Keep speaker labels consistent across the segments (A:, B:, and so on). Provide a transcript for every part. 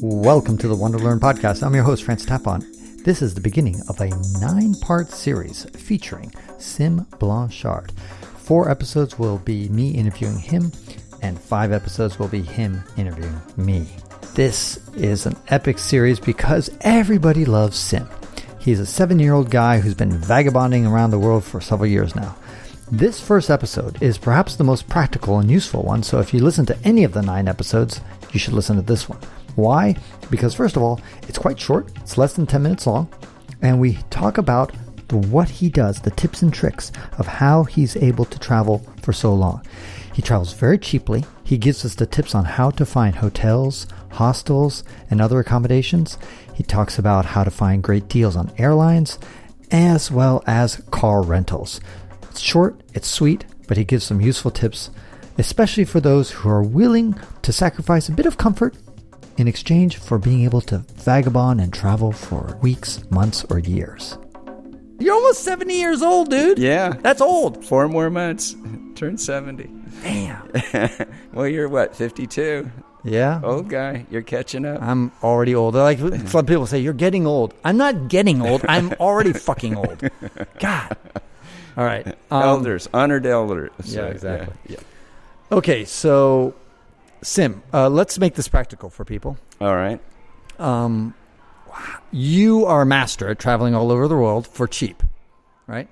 A: Welcome to the Wonder Learn podcast. I'm your host, Francis Tapon. This is the beginning of a nine part series featuring Sim Blanchard. Four episodes will be me interviewing him, and five episodes will be him interviewing me. This is an epic series because everybody loves Sim. He's a seven year old guy who's been vagabonding around the world for several years now. This first episode is perhaps the most practical and useful one, so if you listen to any of the nine episodes, you should listen to this one. Why? Because, first of all, it's quite short, it's less than 10 minutes long, and we talk about the, what he does, the tips and tricks of how he's able to travel for so long. He travels very cheaply. He gives us the tips on how to find hotels, hostels, and other accommodations. He talks about how to find great deals on airlines as well as car rentals. It's short, it's sweet, but he gives some useful tips, especially for those who are willing to sacrifice a bit of comfort in exchange for being able to vagabond and travel for weeks, months, or years.
B: You're almost 70 years old, dude.
C: Yeah.
B: That's old.
C: Four more months. Turn 70.
B: Damn.
C: well, you're what, 52?
B: Yeah.
C: Old guy. You're catching up.
B: I'm already old. They're Like some people say, you're getting old. I'm not getting old. I'm already fucking old. God. All right. Um,
C: elders. Honored elders.
B: Yeah,
C: So,
B: exactly.
C: yeah.
B: Okay, so Sim, uh, let's make this practical for people.
C: All right.
B: Um, you are a master at traveling all over the world for cheap, right?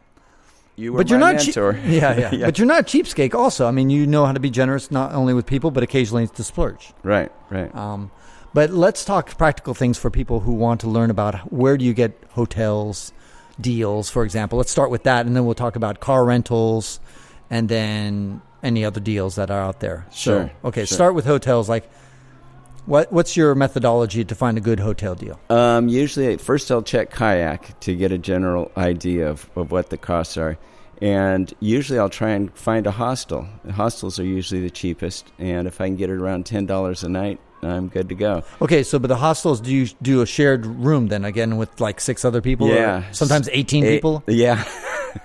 C: You were
B: but you're
C: my
B: not cheap.
C: mentor.
B: yeah, yeah, But you're not a cheapskate. Also, I mean, you know how to be generous not only with people but occasionally to splurge.
C: right, right.
B: Um, but let's talk practical things for people who want to learn about where do you get hotels deals, for example. Let's start with that, and then we'll talk about car rentals, and then any other deals that are out there.
C: Sure,
B: So, okay,
C: sure.
B: start with hotels. Like, what what's your methodology to find a good hotel deal?
C: Um, usually, first I'll check kayak to get a general idea of, of what the costs are. And usually, I'll try and find a hostel. Hostels are usually the cheapest. And if I can get it around $10 a night, I'm good to go.
B: Okay, so but the hostels do you do a shared room then again with like six other people? or
C: Yeah.
B: sometimes eighteen
C: Eight-
B: people.
C: Yeah.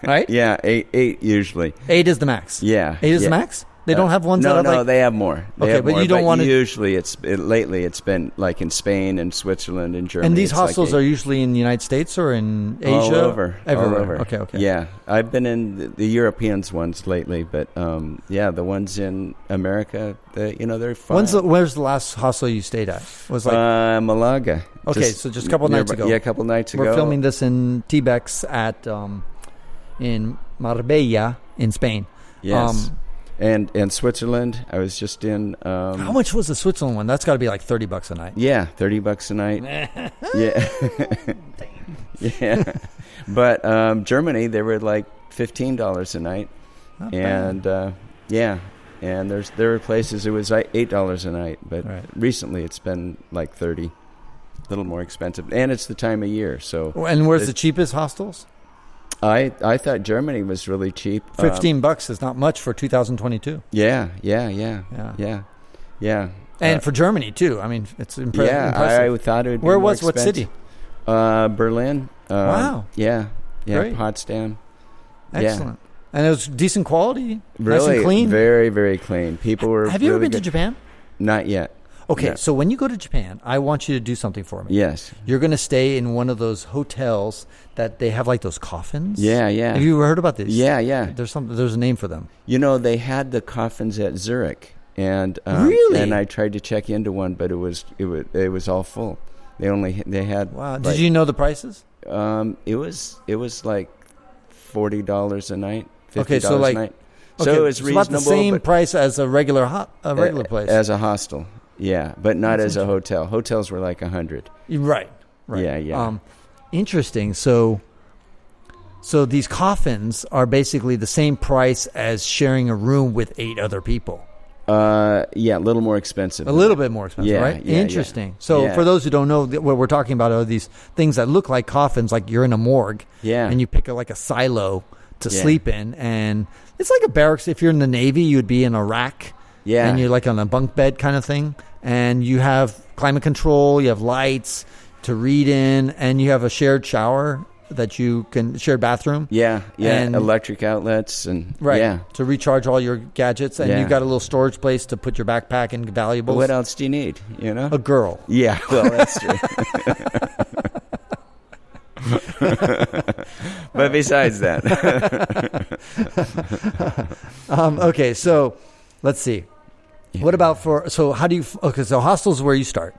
B: Right?
C: yeah, eight, eight usually.
B: Eight is the max.
C: Yeah.
B: eight is
C: yeah. Uh,
B: the max. They don't have ones
C: no,
B: that have
C: no,
B: like
C: they have more. They
B: Okay,
C: have
B: but
C: more,
B: you don't wanna-
C: Usually, it's it, lately it's been like in Spain and Switzerland and Germany.
B: And these
C: it's like
B: hostels
C: eight-
B: are usually in the United States or in Asia,
C: all over, all
B: everywhere.
C: over.
B: Okay, okay.
C: Yeah, I've been in the, the Europeans ones lately, but um, yeah, the ones in America, the, you know, they're fine.
B: When's the, where's the last hostel you stayed at? Was like
C: uh, Malaga?
B: Okay, so just a couple nights ago.
C: Yeah, a couple nights
B: we're
C: ago.
B: filming this in T-Bex at um, in Marbella in Spain.
C: Yes.
B: Um,
C: and and Switzerland, I was just in. Um,
B: How much was the Switzerland one? That's got to be like thirty bucks a night.
C: Yeah, thirty bucks a night. yeah, yeah. But um, Germany, they were like fifteen dollars a night,
B: Not bad.
C: and uh, yeah, and there's there were places it was like eight dollars a night, but
B: Right.
C: recently it's been like thirty, a little more expensive, and it's the time of year. So
B: And where's the cheapest hostels?
C: I I thought Germany was really cheap. Um,
B: Fifteen bucks is not much for 2022,
C: yeah, yeah, yeah,
B: Yeah.
C: yeah, yeah, yeah.
B: and
C: Uh,
B: for Germany too. I mean, it's impre-
C: yeah, I,
B: impressive.
C: I thought it would. be
B: Where
C: more
B: was what
C: expensive.
B: city?
C: Uh, Berlin. Uh,
B: Wow.
C: Yeah. Yeah.
B: Great.
C: Potsdam. Yeah.
B: Excellent. And it was decent quality,
C: Really
B: nice and clean.
C: Very, very clean. People were.
B: Have you ever
C: really
B: been to
C: good.
B: Japan?
C: Not yet.
B: Okay,
C: No.
B: so when you go to Japan, I want you to do something for me.
C: Yes.
B: You're going to stay in one of those hotels that they have like those coffins.
C: Yeah. Yeah.
B: Have you heard about this?
C: yeah. Yeah.
B: There's some. There's a name for them.
C: You know, they had the coffins at Zurich, and um,
B: Really?
C: and I tried to check into one, but it was it was it was all full. They only they had.
B: Wow. Did
C: like,
B: you know the prices?
C: Um, it was it was like forty dollars a night. $50
B: Okay, so like-
C: a night. So
B: Okay,
C: it was
B: it's
C: reasonable.
B: about the same
C: but-
B: price as a regular hot, a regular
C: a-
B: place.
C: as a hostel. Yeah, but not
B: That's
C: as a hotel. Hotels were like a hundred.
B: right. Right.
C: Yeah, yeah.
B: Um, interesting. So, so these coffins are basically the same price as sharing a room with eight other people.
C: Uh, yeah, a little more expensive.
B: A
C: than
B: little
C: that.
B: bit more expensive,
C: Yeah,
B: right?
C: yeah, yeah.
B: Interesting. So,
C: Yeah.
B: for those who don't know, th- what we're talking about are these things that look like coffins, like you're in a morgue,
C: Yeah.
B: and you pick a, like a silo to
C: Yeah.
B: sleep in, and it's like a barracks. If you're in the Navy, you'd be in a rack,
C: Yeah.
B: and you're like on a bunk bed kind of thing, and you have climate control, you have lights to read in, and you have a shared shower that you can shared bathroom
C: Yeah, yeah,
B: And-
C: electric outlets and
B: right
C: Yeah.
B: to recharge all your gadgets and
C: Yeah.
B: you got a little storage place to put your backpack and valuables
C: What else do you need? You know?
B: a girl
C: Yeah, well, that's true. but besides that,
B: um, okay so let's see what about for so how do you okay so hostels is where you start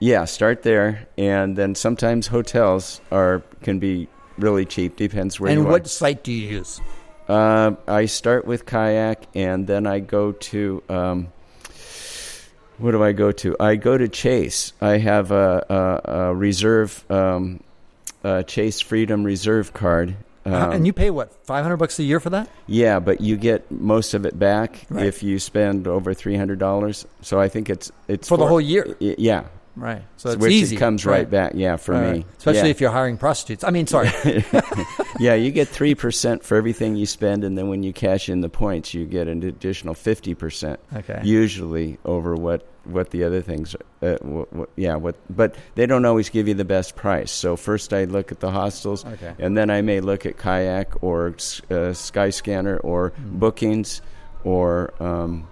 C: yeah, start there, and then sometimes hotels are can be really cheap. Depends where
B: and
C: you
B: what
C: are.
B: site do you use
C: Um, I start with kayak, and then I go to. Um, what do I go to? I go to Chase. I have a, a, a reserve, um, a Chase Freedom Reserve card.
B: How-
C: Um,
B: and you pay what 500 bucks a year for that
C: yeah, but you get most of it back
B: Right.
C: if you spend over three hundred dollars. So I think it's it's
B: for the whole year
C: y- yeah,
B: right so it's
C: which
B: easy
C: it comes right, back. Yeah, for
B: Right.
C: me,
B: especially
C: yeah.
B: if you're hiring prostitutes i mean sorry
C: yeah, you get three percent for everything you spend, and then when you cash in the points, you get an additional fifty percent.
B: okay
C: Usually over what what the other things, uh, wh- wh- yeah. What, but they don't always give you the best price. So first I look at the hostels,
B: okay
C: and then I may look at kayak or s- uh, Skyscanner or
B: Mm.
C: bookings or. Um,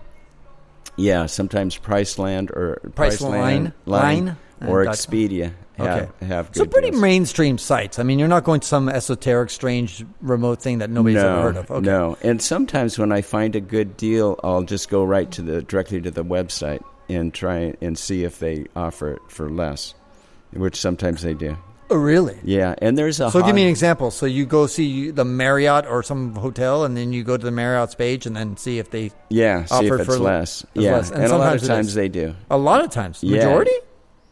C: yeah, sometimes Priceland or
B: price line
C: Line,
B: uh,
C: or
B: dot-
C: Expedia have, have good
B: So pretty
C: deals.
B: mainstream sites. I mean, you're not going to some esoteric, strange, remote thing that nobody's
C: no,
B: ever heard of. Okay.
C: No, and sometimes when I find a good deal, I'll just go right to the directly to the website and try and see if they offer it for less, which sometimes they do.
B: Oh, really?
C: Yeah, and there's a
B: So give me an
C: hot-
B: example. So you go see the Marriott or some hotel, and then you go to the Marriott's page, and then see if they.
C: yeah, see
B: offer
C: if it's
B: for
C: less. Yeah,
B: less, and
C: and, a lot
B: sometimes
C: of
B: it
C: times
B: is.
C: they do.
B: A lot of times,
C: Yeah.
B: majority,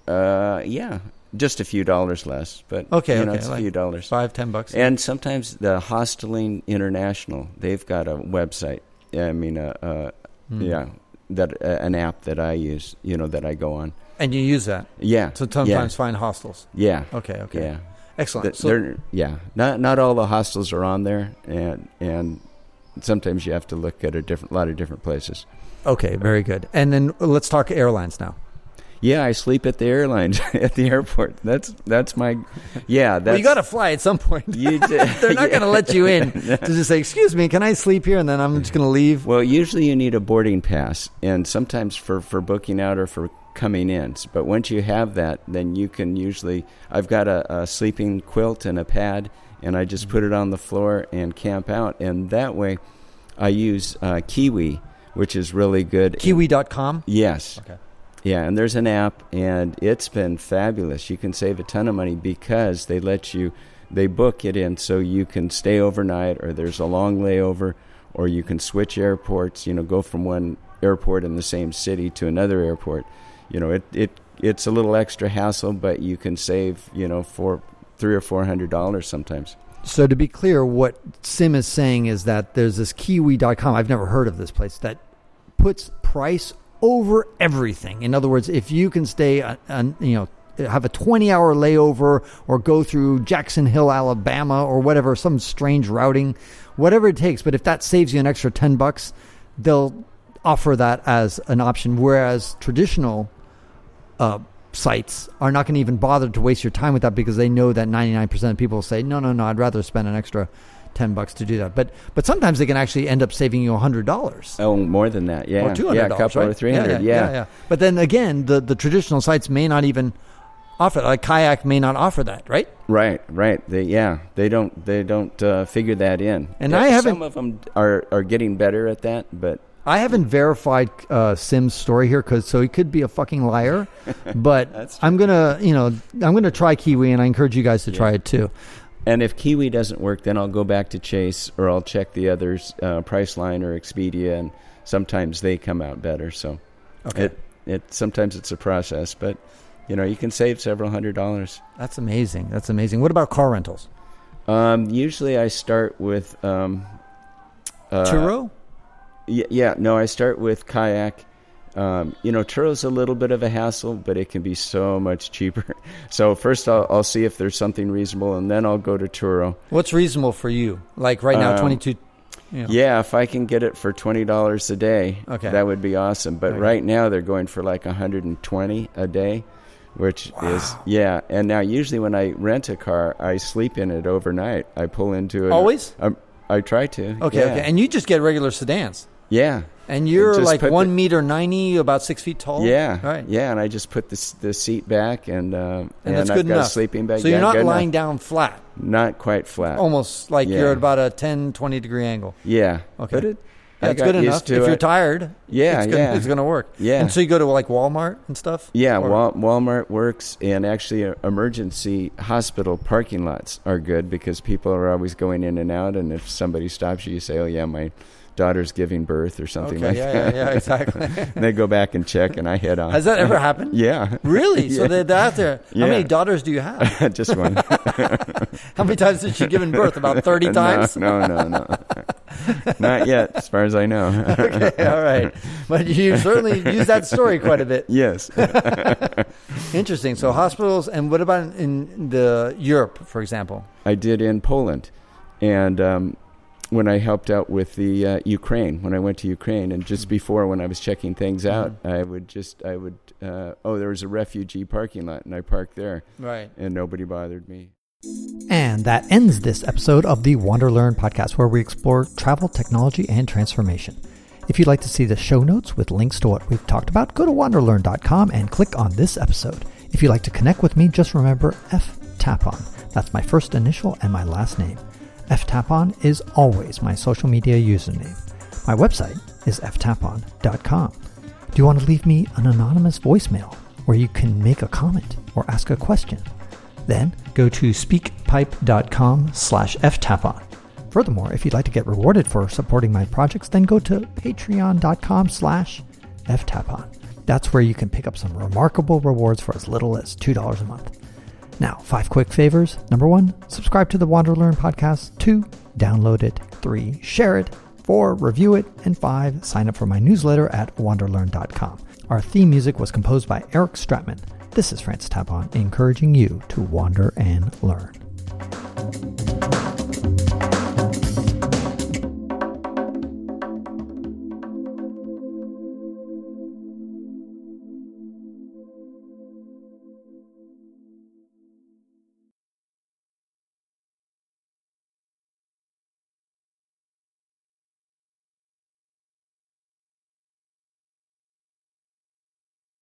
C: Uh, yeah, just a few dollars less, but
B: Okay,
C: you know,
B: okay,
C: it's
B: like-
C: a few dollars.
B: five, ten bucks.
C: And sometimes the Hosteling International, they've got a website. I mean, uh, uh,
B: Hmm.
C: yeah, that uh, an app that I use. You know, that I go on.
B: And you use that
C: Yeah.
B: to sometimes find hostels.
C: Yeah.
B: Okay. Okay.
C: Yeah.
B: Excellent.
C: Th-
B: so
C: they're- yeah. Not not all the hostels are on there, and and sometimes you have to look at a different lot of different places.
B: okay, very good. And then uh, let's talk airlines now.
C: Yeah, I sleep at the airlines at the airport. That's that's my. Yeah, that's
B: well, you got to fly at some point.
C: you ju-
B: They're
C: yeah.
B: not going to let you in to just say, "Excuse me, can I sleep here?" And then I'm just going to leave.
C: Well, usually you need a boarding pass, and sometimes for, for booking out or for coming in. But once you have that, then you can usually. I've got a, a sleeping quilt and a pad, and I just put it on the floor and camp out. And that way, I use uh, Kiwi, which is really good.
B: Kiwi.com.
C: Yes.
B: Okay.
C: Yeah, and there's an app, and it's been fabulous. You can save a ton of money because they let you, they book it in so you can stay overnight, or there's a long layover, or you can switch airports. You know, go from one airport in the same city to another airport. You know, it it it's a little extra hassle, but you can save you know four three or four hundred dollars sometimes.
A: So to be clear, what Sim is saying is that there's this Kiwi.com. I've never heard of this place that puts price over everything. In other words, if you can stay, on- on, you know, have a 20-hour layover or go through Jackson Hill, Alabama, or whatever, some strange routing, whatever it takes. But if that saves you an extra 10 bucks, they'll offer that as an option. Whereas traditional uh, sites are not going to even bother to waste your time with that because they know that 99% of people say, no, no, no, I'd rather spend an extra 10 bucks to do that. But but sometimes they can actually end up saving you $100.
C: Oh, more than that, yeah,
B: Or two hundred
C: yeah, a
B: dollars,
C: couple
B: right?
C: or three hundred,
B: yeah, yeah, yeah. But then again, the, the traditional sites may not even offer that. Like kayak may not offer that, right?
C: Right, right. They, yeah, they don't they don't uh, figure that in.
B: And
C: Yeah,
B: I haven't-
C: Some of them are are getting better at that, but
A: I haven't verified uh, Sim's story here because so he could be a fucking liar, but
C: That's
A: I'm gonna you know I'm gonna try Kiwi and I encourage you guys to try it too.
C: and if Kiwi doesn't work, then I'll go back to Chase or I'll check the others, uh, Priceline or Expedia, and sometimes they come out better. So
B: Okay.
C: it it sometimes it's a process, but you know you can save several hundred dollars.
B: That's amazing. That's amazing. What about car rentals?
C: Um, usually I start with um, uh,
B: Turo?
C: Yeah, yeah, no, I start with kayak. Um, you know, Turo's a little bit of a hassle, but it can be so much cheaper. So first, I'll, I'll see if there's something reasonable, and then I'll go to Turo.
B: What's reasonable for you? Like right now,
C: Um,
B: 22. you know.
C: Yeah, if I can get it for twenty dollars a day,
B: Okay.
C: that would be awesome. But
B: Okay.
C: right now, they're going for like hundred and twenty a day. which is yeah. And now usually when I rent a car, I sleep in it overnight. I pull into it
B: Always?
C: I, I try to.
B: Okay,
C: yeah.
B: okay. And you just get regular sedans.
C: yeah,
B: And you're
C: just
B: like
C: put the-
B: one meter ninety, about six feet tall.
C: yeah,
B: right.
C: yeah. And I just put the s- the seat back, and um,
B: and that's
C: I've
B: good
C: got
B: enough.
C: a sleeping bag.
B: so you're
C: Yeah,
B: not
C: good
B: lying Oh.
C: enough.
B: down flat,
C: not quite flat.
B: almost like you're
C: Yeah.
B: at about a 10, 20 degree angle.
C: Yeah.
B: Okay.
C: But it,
B: Yeah,
C: I
B: it's
C: got
B: good
C: used
B: enough.
C: to
B: if you're
C: it.
B: tired,
C: Yeah,
B: it's gonna,
C: yeah.
B: it's gonna work.
C: Yeah.
B: And so you go to like Walmart and stuff.
C: Yeah,
B: Or-
C: Wal- Walmart works, and actually, uh, emergency hospital parking lots are good because people are always going in and out. And if somebody stops you, you say, "Oh yeah, my daughter's giving birth" or something
B: Okay,
C: like
B: yeah,
C: that.
B: yeah, yeah, exactly.
C: and they go back and check, and I head on.
B: Has that ever happened?
C: yeah,
B: Really? So
C: Yeah.
B: they're, they're out there. How
C: Yeah.
B: many daughters do you have?
C: just one.
B: How many times did she give in birth? About thirty times.
C: No, no, no, no. not yet, as far as I know.
B: okay, all right. But you certainly use that story quite a bit.
C: yes.
B: Interesting. So hospitals, and what about in the Europe, for example?
C: I did in Poland, and um, when I helped out with the uh, Ukraine, when I went to Ukraine, and just before when I was checking things out, I would just I would uh, oh there was a refugee parking lot, and I parked there,
B: Right.
C: and nobody bothered me.
A: And that ends this episode of the Wander Learn podcast, where we explore travel, technology, and transformation. If you'd like to see the show notes with links to what we've talked about, go to wanderlearn.com and click on this episode. If you'd like to connect with me, just remember F Tapon. That's my first initial and my last name. F Tapon is always my social media username. My website is ftapon.com. Do you want to leave me an anonymous voicemail where you can make a comment or ask a question? Then go to speakpipe.com slash ftapon. Furthermore, if you'd like to get rewarded for supporting my projects, then go to patreon.com slash ftapon. That's where you can pick up some remarkable rewards for as little as $2 a month. Now, five quick favors. Number one, subscribe to the Wander Learn podcast. Two, download it. Three, share it. Four, review it. And five, sign up for my newsletter at wanderlearn.com. Our theme music was composed by Eric Stratman. This is Francis Tapon, encouraging you to wander and learn.